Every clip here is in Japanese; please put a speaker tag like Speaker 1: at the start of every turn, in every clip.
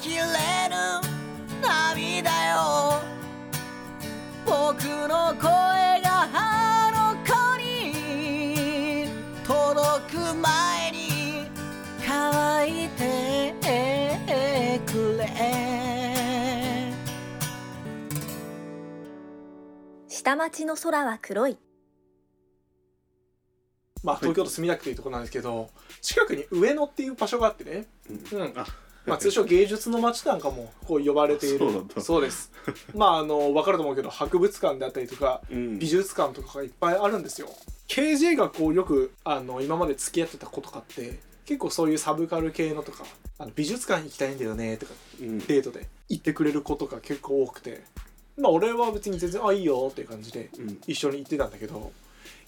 Speaker 1: きれぬ涙よ僕の声があの子に届く前に乾いてくれ
Speaker 2: 下町の空は黒い
Speaker 3: まあ、東京都墨田区というところなんですけど、近くに上野っていう場所があってね、うん
Speaker 4: あ
Speaker 3: まあ、通称芸術の街なんかもこう呼ばれている
Speaker 4: そうなんだ
Speaker 3: ですまああの分かると思うけど博物館であったりとか、
Speaker 4: うん
Speaker 3: 美術館とかがいっぱいあるんですよ KJ がこうよくあの今まで付き合ってた子とかって結構そういうサブカル系のとかあの美術館行きたいんだよねとか
Speaker 4: うん
Speaker 3: デートで行ってくれる子とか結構多くてまあ俺は別に全然あいいよっていう感じで
Speaker 4: うん
Speaker 3: 一緒に行ってたんだけど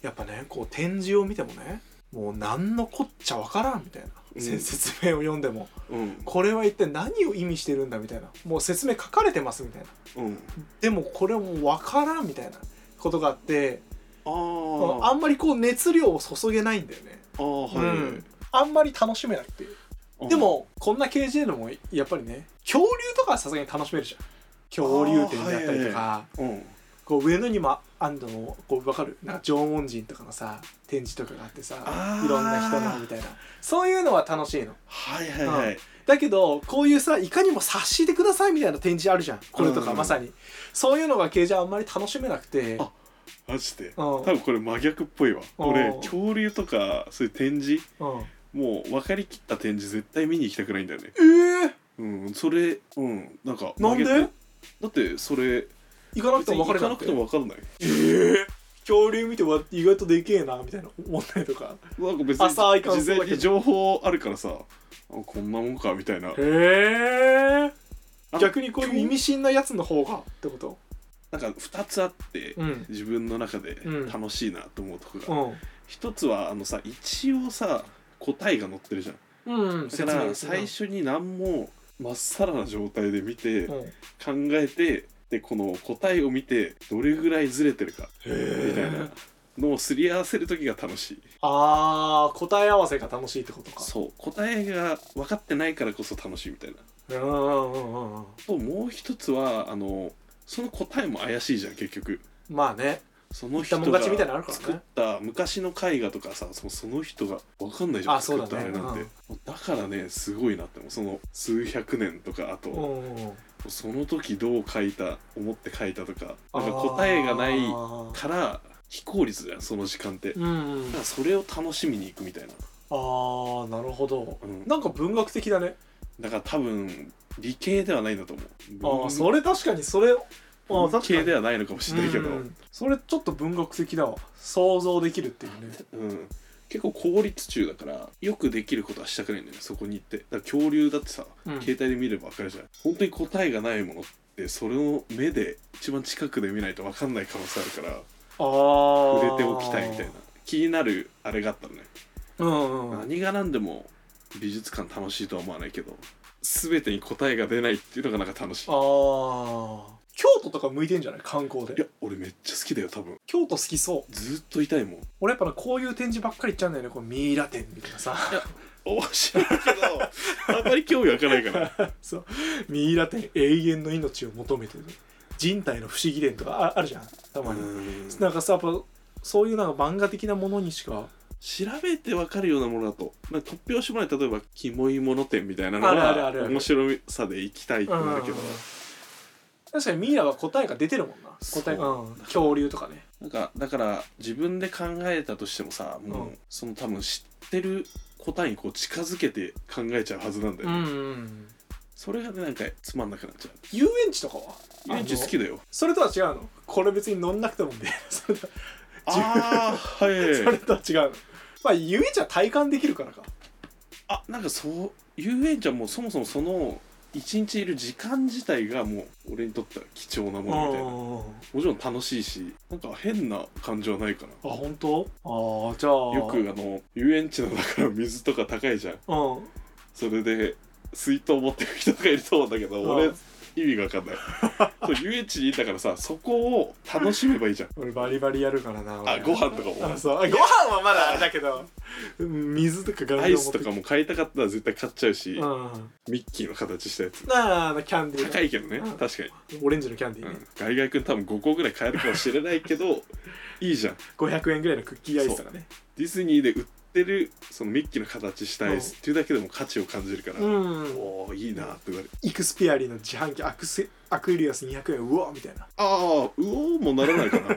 Speaker 3: やっぱねこう展示を見てもねもう何のこっちゃわからんみたいな、
Speaker 4: うん
Speaker 3: 説明を読んでも
Speaker 4: うん
Speaker 3: これは一体何を意味してるんだみたいなもう説明書かれてますみたいな
Speaker 4: うん
Speaker 3: でもこれもうわからんみたいなことがあって
Speaker 4: あ
Speaker 3: あ
Speaker 4: ー
Speaker 3: んまりこう熱量を注げないんだよね、
Speaker 4: あーはい、
Speaker 3: うんあんまり楽しめないっていう
Speaker 4: うん
Speaker 3: でもこんな KJ のもやっぱりね恐竜とかはさすがに楽しめるじゃん恐竜展であったりとか、
Speaker 4: うん
Speaker 3: こう上野にもあんのこう分かるなんか縄文人とかのさ展示とかがあってさ
Speaker 4: あー
Speaker 3: いろんな人のみたいなそういうのは楽しいの
Speaker 4: はいはいはい
Speaker 3: だけどこういうさいかにも察してくださいみたいな展示あるじゃんこれと
Speaker 4: うんうん
Speaker 3: か
Speaker 4: うん
Speaker 3: まさに、そういうのが KJ あんまり楽しめなくて
Speaker 4: あマジで
Speaker 3: うん
Speaker 4: 多分これ真逆っぽいわ
Speaker 3: うん
Speaker 4: 俺恐竜とかそういう展示
Speaker 3: うん
Speaker 4: もう分かりきった展示絶対見に行きたくないんだよね
Speaker 3: えー、
Speaker 4: うんそれうんなんか
Speaker 3: なんで
Speaker 4: 真逆だってそれ
Speaker 3: 行かなくても分かれな
Speaker 4: 別に行かな
Speaker 3: く
Speaker 4: く
Speaker 3: て
Speaker 4: ても分かんない
Speaker 3: 恐竜見てわ意外とでけえなみたいな思ったりとか
Speaker 4: なんか別
Speaker 3: 浅い感
Speaker 4: に
Speaker 3: 想だけど
Speaker 4: 事前に情報あるからさあこんなもんかみたいな
Speaker 3: へえ
Speaker 4: あ
Speaker 3: 逆にこういう意味深なやつの方がってこと
Speaker 4: なんか2つあって、
Speaker 3: うん
Speaker 4: 自分の中で
Speaker 3: うん
Speaker 4: 楽しいなと思うとこ
Speaker 3: う
Speaker 4: が、
Speaker 3: ん
Speaker 4: 一つはあのさ一応さ答えが載ってるじゃん
Speaker 3: うんうん
Speaker 4: だから最初に何もまっさらな状態で見て、
Speaker 3: うんへ
Speaker 4: 考えてでこの答えを見てどれぐらいずれてるかみたい
Speaker 3: え
Speaker 4: なのをすり合わせる時が楽しい
Speaker 3: あー答え合わせが楽しいってことか
Speaker 4: そう答えが分かってないからこそ楽しいみたいな
Speaker 3: うんうんうんうん
Speaker 4: ともう一つはあのその答えも怪しいじゃん結局
Speaker 3: まあね
Speaker 4: その
Speaker 3: 言
Speaker 4: 人
Speaker 3: ったもん
Speaker 4: が
Speaker 3: 勝ちみたいなのあるからね
Speaker 4: 作った昔の絵画とかさそその人が分かんないじゃん
Speaker 3: あそうだね
Speaker 4: 作ったあれなんて、だからねすごいなって思うその数百年とかあと、
Speaker 3: うんうんうん
Speaker 4: その時どう書いた思って書いたとかなんか答えがない
Speaker 3: あー
Speaker 4: から非効率じゃんその時間って、だ
Speaker 3: うんうん
Speaker 4: からそれを楽しみに行くみたいな、
Speaker 3: あーなるほど
Speaker 4: うん
Speaker 3: なんか文学的だね
Speaker 4: だから多分理系ではないんだと思う
Speaker 3: あー
Speaker 4: れ
Speaker 3: それ確かにそれあー確
Speaker 4: 理
Speaker 3: か
Speaker 4: 系
Speaker 3: に
Speaker 4: ではないのかもしれないけ
Speaker 3: う
Speaker 4: ど、うん
Speaker 3: うんんそれちょっと文学的だわ想像できるっていうね
Speaker 4: 結構効率中だからよくできることはしたくないんだよねそこに行ってだから恐竜だってさ、
Speaker 3: うん
Speaker 4: 携帯で見れば分かるじゃん本当に答えがないものってそれを目で一番近くで見ないと分かんない可能性あるから
Speaker 3: ああ
Speaker 4: 触れておきたいみたいな気になるあれがあったのね
Speaker 3: うんうん
Speaker 4: 何が何でも美術館楽しいとは思わないけど全てに答えが出ないっていうのがなんか楽しい
Speaker 3: あー京都とか向いてんじゃない観光
Speaker 4: いや
Speaker 3: で
Speaker 4: 俺めっちゃ好きだよ多分
Speaker 3: 京都好きそう
Speaker 4: ずっといたいもん
Speaker 3: 俺やっぱなこういう展示ばっかり行っちゃうんだよねこうミイラ展みたいなさ
Speaker 4: 面白いけど あんまり興味湧かないから
Speaker 3: そうミイラ展永遠の命を求めてる人体の不思議展とかああるじゃんた まに、なんかさやっぱそういうなんか漫画的なものにしか
Speaker 4: 調べて分かるようなものだと、まあ、突拍子もない例えばキモいもの店みたいなの
Speaker 3: あるあるあ
Speaker 4: は
Speaker 3: るある
Speaker 4: 面白さで行きたいってなるけど
Speaker 3: うん確かにミイラは答えが出てるもんな答えが、
Speaker 4: そう
Speaker 3: うん恐竜とかね
Speaker 4: なんかだから自分で考えたとしてもさもう、
Speaker 3: うん
Speaker 4: その多分知ってる答えにこう近づけて考えちゃうはずなんだよね、
Speaker 3: ん
Speaker 4: それがねなんかつまんなくなっちゃう
Speaker 3: 遊園地とかは
Speaker 4: 遊園地好
Speaker 3: あの
Speaker 4: きだよ
Speaker 3: それとは違うのこれ別に乗んなくてもね それと
Speaker 4: ああーは い
Speaker 3: それとは違うのまあ遊園地は体感できるからか
Speaker 4: あなんかそう遊園地はもうそもそもその一日いる時間自体がもう俺にとっては貴重なものみたいなも
Speaker 3: あ
Speaker 4: ちろん楽しいしなんか変な感じはないかな
Speaker 3: 本当ああじゃあ
Speaker 4: よくあの遊園地のだから水とか高いじゃん
Speaker 3: うん
Speaker 4: それで水筒持ってる人がいると思うんだけど
Speaker 3: うん
Speaker 4: 俺意味が分か んないそう遊園地にいたからさそこを楽しめばいいじゃん
Speaker 3: 俺バリバリやるからな
Speaker 4: あ
Speaker 3: 俺
Speaker 4: ご飯とかも
Speaker 3: あそうあご飯はまだあれだけどうん水とかガンガン
Speaker 4: アイスとか
Speaker 3: 持って
Speaker 4: も買いたかったら絶対買っちゃう
Speaker 3: き
Speaker 4: して
Speaker 3: うん
Speaker 4: ミッキーの形したやつ
Speaker 3: なあキャンディー
Speaker 4: 高いけどね
Speaker 3: うん
Speaker 4: 確かに、
Speaker 3: オレンジのキャンディ
Speaker 4: う
Speaker 3: ーね、
Speaker 4: ん、ガイガイ君多分5個ぐらい買えるかもしれないけどいいじゃん
Speaker 3: 500円ぐらいのクッキーアイスとかね
Speaker 4: ディズニーで売ってるそのミッキーの形したアイスっていうだけでも価値を感じるから、
Speaker 3: うん
Speaker 4: おおいいなって言われる
Speaker 3: イクスピアリの自販機アクセアクエリアス200円うわみたいな
Speaker 4: ああうおーもならないかな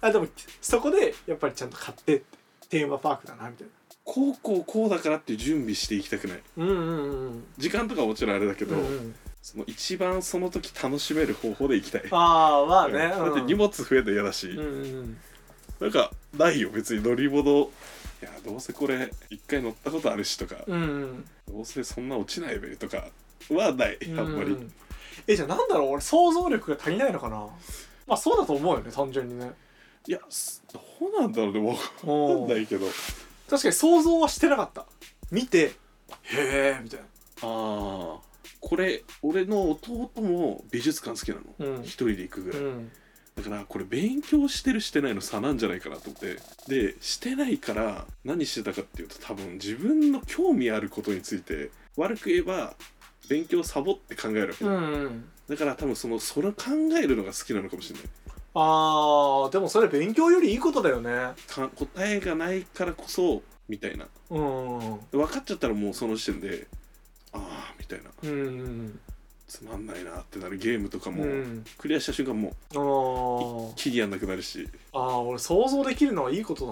Speaker 3: あでもそこでやっぱりちゃんと買ってってテーマパークだなみたい
Speaker 4: こうこうこうだからっていう準備していきたくない
Speaker 3: なうんうんうん
Speaker 4: 時間とかはもちろんあれだけ
Speaker 3: う
Speaker 4: ど、
Speaker 3: んうん
Speaker 4: その一番その時楽しめる方法で行きたい
Speaker 3: ああまあ
Speaker 4: うん
Speaker 3: ね、
Speaker 4: だって荷物増えたら嫌だし、
Speaker 3: うんうん
Speaker 4: なんかないよ別に乗り物いやどうせこれ一回乗ったことあるしとか、
Speaker 3: うんうん
Speaker 4: どうせそんな落ちないべとかはない
Speaker 3: うん
Speaker 4: あんまり、
Speaker 3: うんえじゃあなんだろう俺想像力が足りないのかなまあそうだと思うよね単純にね
Speaker 4: いやすどうなんだろうねわ
Speaker 3: お
Speaker 4: かんないけど
Speaker 3: 確かに想像はしてなかった見てへえみたいな
Speaker 4: ああこれ俺の弟も美術館好きなの、
Speaker 3: うん
Speaker 4: 一人で行くぐらい、
Speaker 3: ん
Speaker 4: だからこれ勉強してるしてないの差なんじゃないかなと思ってでしてないから何してたかっていうと多分自分の興味あることについて悪く言えば勉強サボって考えるわけ、
Speaker 3: うんうん
Speaker 4: だから多分そのそれを考えるのが好きなのかもしれない
Speaker 3: あーでもそれ勉強よりいいことだよね
Speaker 4: か答えがないからこそみたいな
Speaker 3: うんうん
Speaker 4: で分かっちゃったらもうその時点でああみたいな
Speaker 3: うん
Speaker 4: つまんないなってなるゲームとか
Speaker 3: うんう
Speaker 4: も、
Speaker 3: ん
Speaker 4: クリアした瞬間もう
Speaker 3: あー
Speaker 4: 期限なくなるし
Speaker 3: あー俺想像できるのはいいこと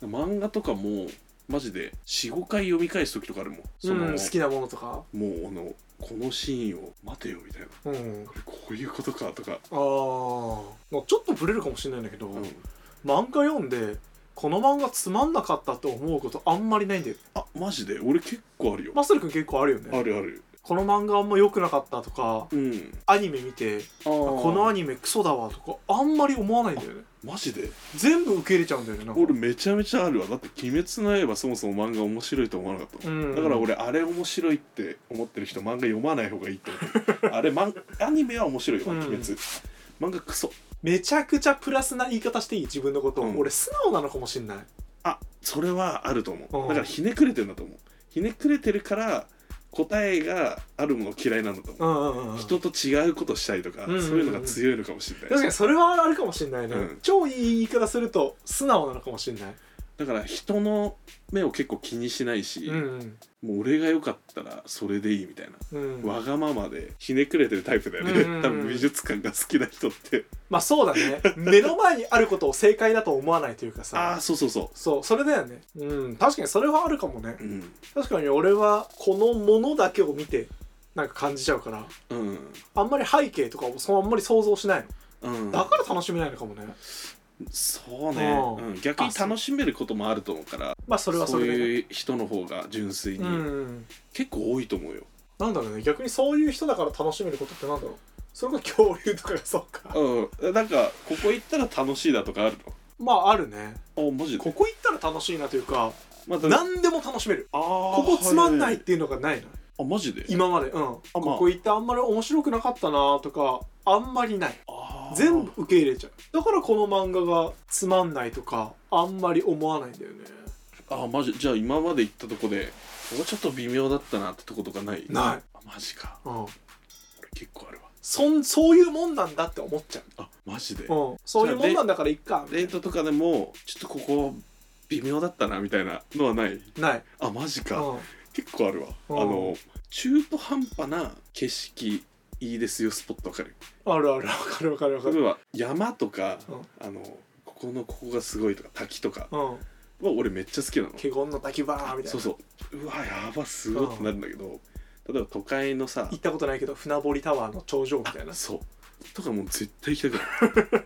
Speaker 3: だな
Speaker 4: 漫画とかもマジで45回読み返す時とかあるもんその、
Speaker 3: うん好きなものとか
Speaker 4: もうあのこのシーンを待てよみたいな
Speaker 3: うん
Speaker 4: これこういうことかとか、
Speaker 3: あーまあちょっとブレるかもしれないんだけど、
Speaker 4: うん
Speaker 3: 漫画読んでこの漫画つまんなかったって思うことあんまりないんだよ
Speaker 4: あマジで俺結構あるよ、
Speaker 3: マスル君結構あるよね
Speaker 4: あるある
Speaker 3: この漫画あんま良くなかったとか
Speaker 4: うん
Speaker 3: アニメ見て
Speaker 4: あこ
Speaker 3: このアニメクソだわとかあんまり思わないんだよね
Speaker 4: マジで
Speaker 3: 全部受け入れちゃうんだよねなんか
Speaker 4: 俺めちゃめちゃあるわだって「鬼滅の刃」そもそも漫画面白いと思わなかったもん
Speaker 3: うん
Speaker 4: だから俺あれ面白いって思ってる人漫画読まない方がいいって思って るあれマンアニメは面白いよ「
Speaker 3: うん
Speaker 4: 鬼滅」漫画クソ
Speaker 3: めちゃくちゃプラスな言い方していい自分のことを、
Speaker 4: うん
Speaker 3: 俺素直なのかもしんない
Speaker 4: あそれはあると思
Speaker 3: うん
Speaker 4: うだからひねくれてんだと思うひねくれてるから答えがあるもの嫌いなんだと思
Speaker 3: う
Speaker 4: う
Speaker 3: んうんうんうん
Speaker 4: 人と違うことしたいとか、
Speaker 3: うんうんうん
Speaker 4: そういうのが強いのかもしれない、
Speaker 3: 確かにそれはあるかもしんないね、
Speaker 4: うん
Speaker 3: 超いい言い方すると素直なのかもしんない
Speaker 4: だから人の目を結構気にしないし、
Speaker 3: うん
Speaker 4: もう俺が良かったらそれでいいみたいな、
Speaker 3: うん、うん、
Speaker 4: わがままでひねくれてるタイプだよね、
Speaker 3: うんうんうん
Speaker 4: 多分美術館が好きな人って
Speaker 3: まあそうだね目の前にあることを正解だと思わないというか
Speaker 4: ああ
Speaker 3: さ
Speaker 4: ーそうそうそ
Speaker 3: そうそれだよねうん確かにそれはあるかもね
Speaker 4: ううん、
Speaker 3: 確かに俺はこのものだけを見てなんか感じちゃうから
Speaker 4: うん
Speaker 3: あんまり背景とかをそうあんまり想像しないの
Speaker 4: うん、
Speaker 3: だから楽しめないのかもね
Speaker 4: そうね、
Speaker 3: うん
Speaker 4: うん逆
Speaker 3: あ
Speaker 4: に
Speaker 3: そう
Speaker 4: 楽しめることもあると思うから
Speaker 3: まあそれはそ
Speaker 4: そう
Speaker 3: れでね
Speaker 4: いう人の方が純粋に、
Speaker 3: うん
Speaker 4: 結構多いと思うよ
Speaker 3: なんだろうね逆にそういう人だから楽しめることってなんだろうそれが恐竜とかがそうか
Speaker 4: うんなんかここ行ったら楽しいだとかある
Speaker 3: まああるね
Speaker 4: のあマジで
Speaker 3: ここ行ったら楽しいなというか
Speaker 4: また
Speaker 3: 何でも楽しめる
Speaker 4: あー
Speaker 3: ここつまんないっ
Speaker 4: は
Speaker 3: ていうのがないの
Speaker 4: あマジで
Speaker 3: 今までうんこ
Speaker 4: あまあ
Speaker 3: こ行ってあんまり面白くなかったなとかあんまりない
Speaker 4: あー
Speaker 3: 全部受け入れちゃうだからこの漫画がつまんないとかあんまり思わないんだよね
Speaker 4: あマジじゃあ今まで行ったとこでもうちょっと微妙だったなってとことかない
Speaker 3: ない
Speaker 4: あマジか
Speaker 3: うん
Speaker 4: 俺結構あるわ
Speaker 3: そんそういうもんなんだって思っちゃう
Speaker 4: あマジで
Speaker 3: うん、そういうもんなんだからいっか
Speaker 4: デートとかでもちょっとここ微妙だったなみたいなのはない
Speaker 3: ない、
Speaker 4: あマジ
Speaker 3: う
Speaker 4: か
Speaker 3: ん、
Speaker 4: 結構あるわあ
Speaker 3: うん
Speaker 4: の中途半端な景色いいですよスポットわかる
Speaker 3: あるあるわかるわかるわか
Speaker 4: 例
Speaker 3: る
Speaker 4: えば山とか
Speaker 3: うん
Speaker 4: あのここのここがすごいとか滝とか
Speaker 3: うん
Speaker 4: は俺めっちゃ好きなの
Speaker 3: 華厳の滝バーみたいな
Speaker 4: そうそううわやばすごいってなるんだけど例えば都会のさ
Speaker 3: 行ったことないけど船堀タワーの頂上みたいな
Speaker 4: そうとかもう絶対行きた くない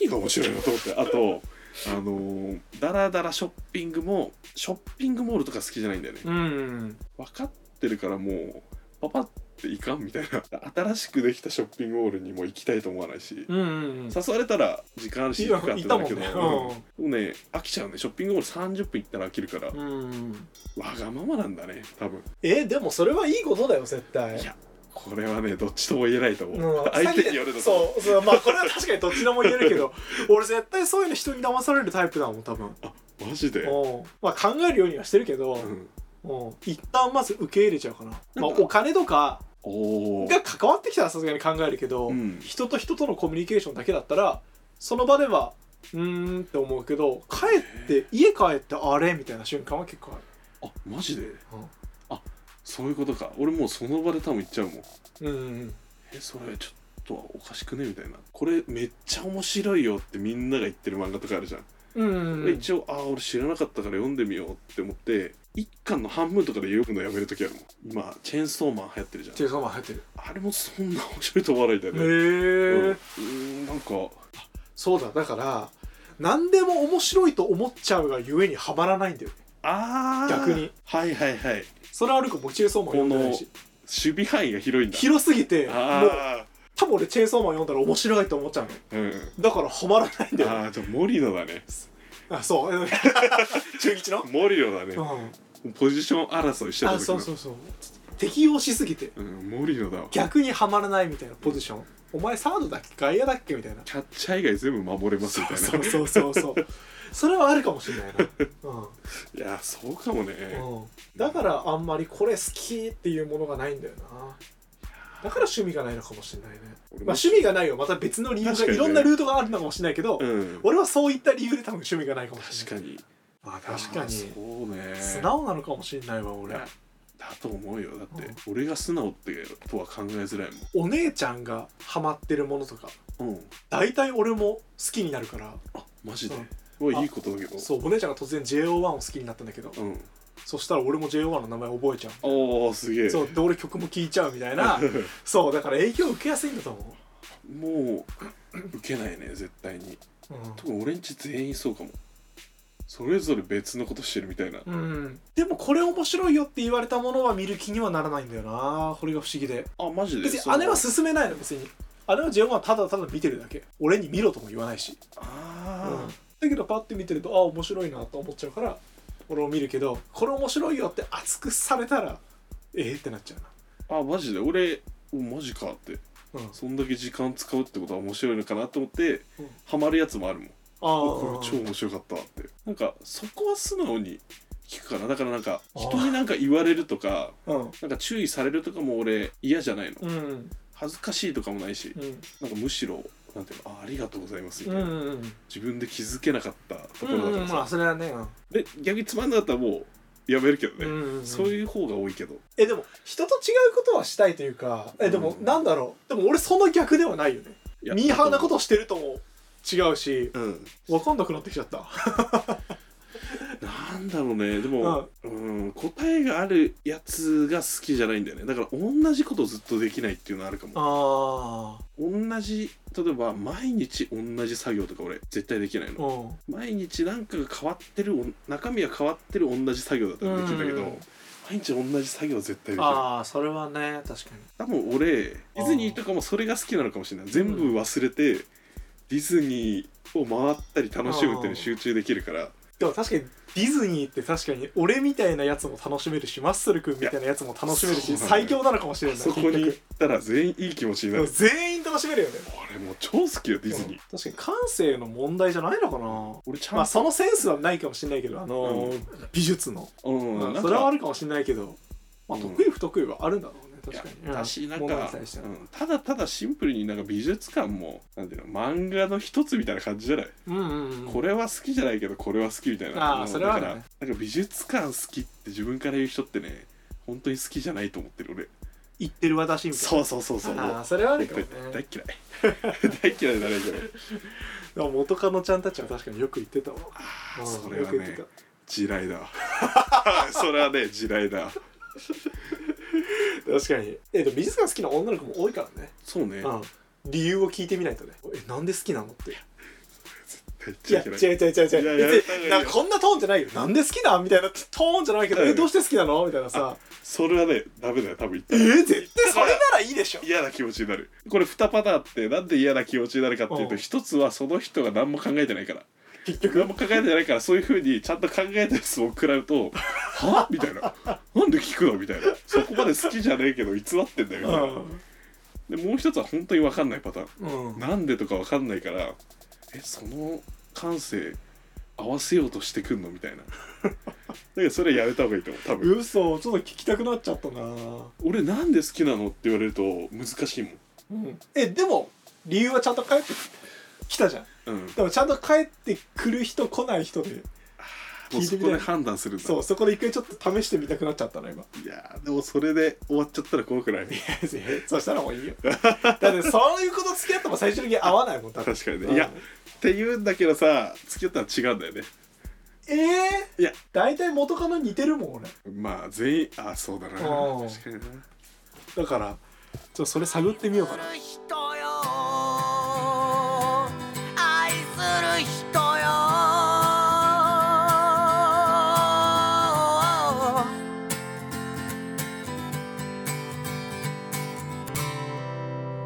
Speaker 4: 何が面白いのと思ってあとあのー、ダラダラショッピングもショッピングモールとか好きじゃないんだよね
Speaker 3: うん
Speaker 4: 分かってるからもうパパっていかんみたいな新しくできたショッピングモールにも行きたいと思わないし
Speaker 3: うんうん
Speaker 4: 誘われたら時間あるし
Speaker 3: い
Speaker 4: 行くか
Speaker 3: や
Speaker 4: って
Speaker 3: いた
Speaker 4: なる
Speaker 3: も
Speaker 4: け
Speaker 3: ん
Speaker 4: ど
Speaker 3: ね
Speaker 4: うんもうね飽きちゃうねショッピングモール30分行ったら飽きるから、
Speaker 3: うん、うん、
Speaker 4: わがままなんだね多分
Speaker 3: えでもそれはいいことだよ絶対
Speaker 4: いやここれはねどっちとも言えないと思う、
Speaker 3: うん
Speaker 4: 相手によるのう
Speaker 3: そうそうまあこれは確かにどちらも言えるけど 俺絶対そういうの人に騙されるタイプだもん多分
Speaker 4: マジで、
Speaker 3: おまあ考えるようにはしてるけど、
Speaker 4: うん、
Speaker 3: うん一旦まず受け入れちゃうかなまあ、
Speaker 4: なんか
Speaker 3: お金とか
Speaker 4: おお
Speaker 3: が関わってきたらさすがに考えるけど、
Speaker 4: うん
Speaker 3: 人と人とのコミュニケーションだけだったらその場ではうーんって思うけど帰って家帰ってあれみたいな瞬間は結構ある
Speaker 4: あマジで、
Speaker 3: ん
Speaker 4: あそういうことか俺もうその場で多分行っちゃうもん
Speaker 3: うんうん
Speaker 4: えそれちょっとはおかしくねみたいなこれめっちゃ面白いよってみんなが言ってる漫画とかあるじゃん、
Speaker 3: うんうんうん
Speaker 4: 一応ああ俺知らなかったから読んでみようって思って一巻の半分とかで読むのやめる時あるもん今チェーンソーマン流行ってるじゃん
Speaker 3: チェイソーマン入ってる
Speaker 4: あれもそんな面白いと思わないんだよね、
Speaker 3: へえ、
Speaker 4: うんうーんなんか
Speaker 3: そうだだから何でも面白いと思っちゃうがゆえにハマらないんだよね
Speaker 4: ああ
Speaker 3: 逆に
Speaker 4: はいはいはい
Speaker 3: それあるかもチェイソーマン読んでないし
Speaker 4: 守備範囲が広いんだ
Speaker 3: 広すぎてもう
Speaker 4: あ
Speaker 3: 多分俺チェイソーマン読んだら面白いと思っちゃうの
Speaker 4: あうん
Speaker 3: だからハマらないんだよね
Speaker 4: ああじゃあ森野だね
Speaker 3: あそう 中日の、
Speaker 4: 森野だね
Speaker 3: うん、
Speaker 4: ポジション争いしてた時
Speaker 3: あ
Speaker 4: の
Speaker 3: そうそうそう適用しすぎて
Speaker 4: うん、森野だわキャ
Speaker 3: 逆にはまらないみたいなポジションお前サードだっけ外野だっけみたいな
Speaker 4: ッチャー以外全部守れますみたいな
Speaker 3: そうそうそうそうそれはあるかもしれないな、うん
Speaker 4: いやそうかもね、
Speaker 3: うん、だからあんまりこれ好きっていうものがないんだよなだから趣味がないのかもしれないね、
Speaker 4: 俺も
Speaker 3: まあ、趣味がないよまた別の理由が、
Speaker 4: 確かに
Speaker 3: い
Speaker 4: ね
Speaker 3: ろんなルートがあるのかもしれないけど、
Speaker 4: うん、
Speaker 3: 俺はそういった理由で多分趣味がないかもし
Speaker 4: 確
Speaker 3: れ
Speaker 4: か
Speaker 3: ない
Speaker 4: に
Speaker 3: あ確か
Speaker 4: あー
Speaker 3: に
Speaker 4: そうね
Speaker 3: 素直なのかもしれないわ俺
Speaker 4: だだと思うよだって、俺が素直ってとは考えづらい
Speaker 3: お姉ちゃんがハマってるものとか
Speaker 4: もんうん
Speaker 3: 大体俺も好きになるから
Speaker 4: あマジで、
Speaker 3: うん
Speaker 4: うわ
Speaker 3: あ
Speaker 4: いいことだけど
Speaker 3: そうお姉ちゃんが突然 JO1 を好きになったんだけど、
Speaker 4: うん
Speaker 3: そしたら俺も JO1 の名前覚えちゃう
Speaker 4: おおすげえ
Speaker 3: そうで俺曲も聴いちゃうみたい なそうだから影響受けやすいんだと思
Speaker 4: もう受けないね絶対に
Speaker 3: う
Speaker 4: 特に俺んち全員そうかもそれぞれ別のことしてるみたいな、
Speaker 3: うん、うん、でもこれ面白いよって言われたものは見る気にはならないんだよなこれが不思議で
Speaker 4: あマジで
Speaker 3: 別
Speaker 4: その
Speaker 3: に姉は勧めないの別に姉は JO1 はただただ見てるだけ俺に見ろとも言わないし、
Speaker 4: あー、
Speaker 3: だけどパッて見てるとあ面白いなと思っちゃうから俺を見るけどこれ面白いよって熱くされたらええってなっちゃう
Speaker 4: あマジで俺おマジかって
Speaker 3: なうん
Speaker 4: そんだけ時間使うってことは面白いのかなと思って、
Speaker 3: うん
Speaker 4: ハマるやつもあるもん
Speaker 3: あ
Speaker 4: あこれ超面白かったってなんかそこは素直に聞くかなだからなんか人になんか言われるとか
Speaker 3: うん
Speaker 4: なんか注意されるとかも俺嫌じゃないの
Speaker 3: うん
Speaker 4: 恥ずかしいとかもないし
Speaker 3: うん
Speaker 4: なんかむしろなんていうのあありがとうございます
Speaker 3: う
Speaker 4: みたいな、
Speaker 3: んうん
Speaker 4: 自分で気づけなかったところだからさ、
Speaker 3: まあそれはね
Speaker 4: で逆につまんなかったらもうやめるけどね、そう
Speaker 3: う
Speaker 4: いう方が多いけど
Speaker 3: えでも人と違うことはしたいというかえでも
Speaker 4: うん
Speaker 3: なんだろうでも俺その逆ではないよね
Speaker 4: いや
Speaker 3: ミーハーなことをしてるとも違うし
Speaker 4: うん
Speaker 3: 分かんなくなってきちゃった
Speaker 4: なんだろうねでも、うん、答えがあるやつが好きじゃないんだよねだから同じことずっとできないっていうのはあるかも
Speaker 3: あ
Speaker 4: 同じ例えば毎日同じ作業とか俺絶対できないの
Speaker 3: うん
Speaker 4: 毎日なんかが変わってるお中身が変わってる同じ作業だったらできるんだけど、
Speaker 3: うん
Speaker 4: 毎日同じ作業は絶対できない
Speaker 3: ああそれはね確かに
Speaker 4: 多分俺ディズニーとかもそれが好きなのかもしれない全部忘れて、ディズニーを回ったり楽しむっていうのに集中できるから
Speaker 3: でも確かにディズニーって確かに俺みたいなやつも楽しめるしマッスル君みたいなやつも楽しめる
Speaker 4: い
Speaker 3: し
Speaker 4: やそうなの
Speaker 3: 最強なのかもしれない
Speaker 4: そこに行
Speaker 3: 結
Speaker 4: ったら全員いい気持ちにな
Speaker 3: 局
Speaker 4: る
Speaker 3: 全員楽しめるよね
Speaker 4: 俺もう超好きよディズニー、
Speaker 3: 確かに感性の問題じゃないのかな
Speaker 4: 俺ちゃんと、
Speaker 3: まあそのセンスはないかもしれないけどあのー美術の、
Speaker 4: うん
Speaker 3: まあ
Speaker 4: なんか
Speaker 3: それはあるかもしれないけど、まあ、
Speaker 4: うん
Speaker 3: 得意不得意はあるんだろうね
Speaker 4: いや
Speaker 3: 確かに
Speaker 4: だしなん
Speaker 3: ものに
Speaker 4: か、
Speaker 3: 対しては
Speaker 4: うんただただシンプルになんか美術館もなんていうの漫画の一つみたいな感じじゃない、
Speaker 3: うんうんうん
Speaker 4: これは好きじゃないけどこれは好きみたいな
Speaker 3: あー
Speaker 4: うん
Speaker 3: それはあるね
Speaker 4: だからなんか美術館好きって自分から言う人ってね本当に好きじゃないと思ってる俺
Speaker 3: 言ってる私みたいな
Speaker 4: そうそうそうそう
Speaker 3: あーそれはある
Speaker 4: 本
Speaker 3: か
Speaker 4: 当
Speaker 3: も
Speaker 4: に
Speaker 3: ね
Speaker 4: 大っ嫌い大っ嫌いだねけど
Speaker 3: でも元カノちゃんたちは確かによく言ってたわ
Speaker 4: あ
Speaker 3: う
Speaker 4: ー
Speaker 3: ん
Speaker 4: それは
Speaker 3: よく言っ
Speaker 4: ね
Speaker 3: てた
Speaker 4: 地 雷だそれはね地雷だ
Speaker 3: 確かにえでも美術館好きな女の子も多いからね
Speaker 4: そうね
Speaker 3: うん、理由を聞いてみないとねえなんで好きなのってい
Speaker 4: めっちゃ
Speaker 3: や
Speaker 4: いけ
Speaker 3: 違う
Speaker 4: ない
Speaker 3: 違う違う違う別
Speaker 4: いやいや
Speaker 3: になんかこんなトーンじゃないよなんで好きなんみたいなトーンじゃないけど、
Speaker 4: うん
Speaker 3: えどうして好きなのみたいなさ
Speaker 4: それはねダメだよ多分言っ
Speaker 3: え
Speaker 4: たら
Speaker 3: 絶対それならいいでしょ
Speaker 4: 嫌な気持ちになるこれ2パターンあってなんで嫌な気持ちになるかっていう
Speaker 3: う
Speaker 4: と
Speaker 3: ん
Speaker 4: 一つはその人が何も考えてないから
Speaker 3: 結局
Speaker 4: 何も考えてないからそういうふうにちゃんと考えたやつを食らう と「はみたいな「なんで聞くの?」みたいなそこまで好きじゃねえけど偽ってんだよ、でもう一つは本当に分かんないパターン
Speaker 3: うん、うん、
Speaker 4: なんでとか分かんないからえその感性合わせようとしてくんのみたいなだけどそれはやめた方がいいと思う多分
Speaker 3: 嘘ちょっと聞きたくなっちゃったな、
Speaker 4: 俺なんで好きなのって言われると難しいもん
Speaker 3: うん、えでも理由はちゃんと帰ってきたじゃん
Speaker 4: うん
Speaker 3: でもちゃんと帰ってくる人来ない人で
Speaker 4: もうそこで判断するんだ
Speaker 3: そうそこで一回ちょっと試してみたくなっちゃったな今
Speaker 4: いやーでもそれで終わっちゃったら怖くない
Speaker 3: そしたらもういいよだってそういうこと付き合っても最終的に合わないもんだって
Speaker 4: 確かに
Speaker 3: う
Speaker 4: ね
Speaker 3: ん
Speaker 4: いやって言うんだけどさ付き合ったら違うんだよね
Speaker 3: ええ
Speaker 4: いや
Speaker 3: 大体元カノ似てるもん俺
Speaker 4: まあ全員あそうだな
Speaker 3: うん
Speaker 4: 確かにな
Speaker 3: だからちょっとそれ探ってみようかな
Speaker 1: 愛する人よ愛する人よ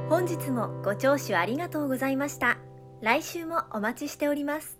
Speaker 2: 本日もご聴取ありがとうございました来週もお待ちしております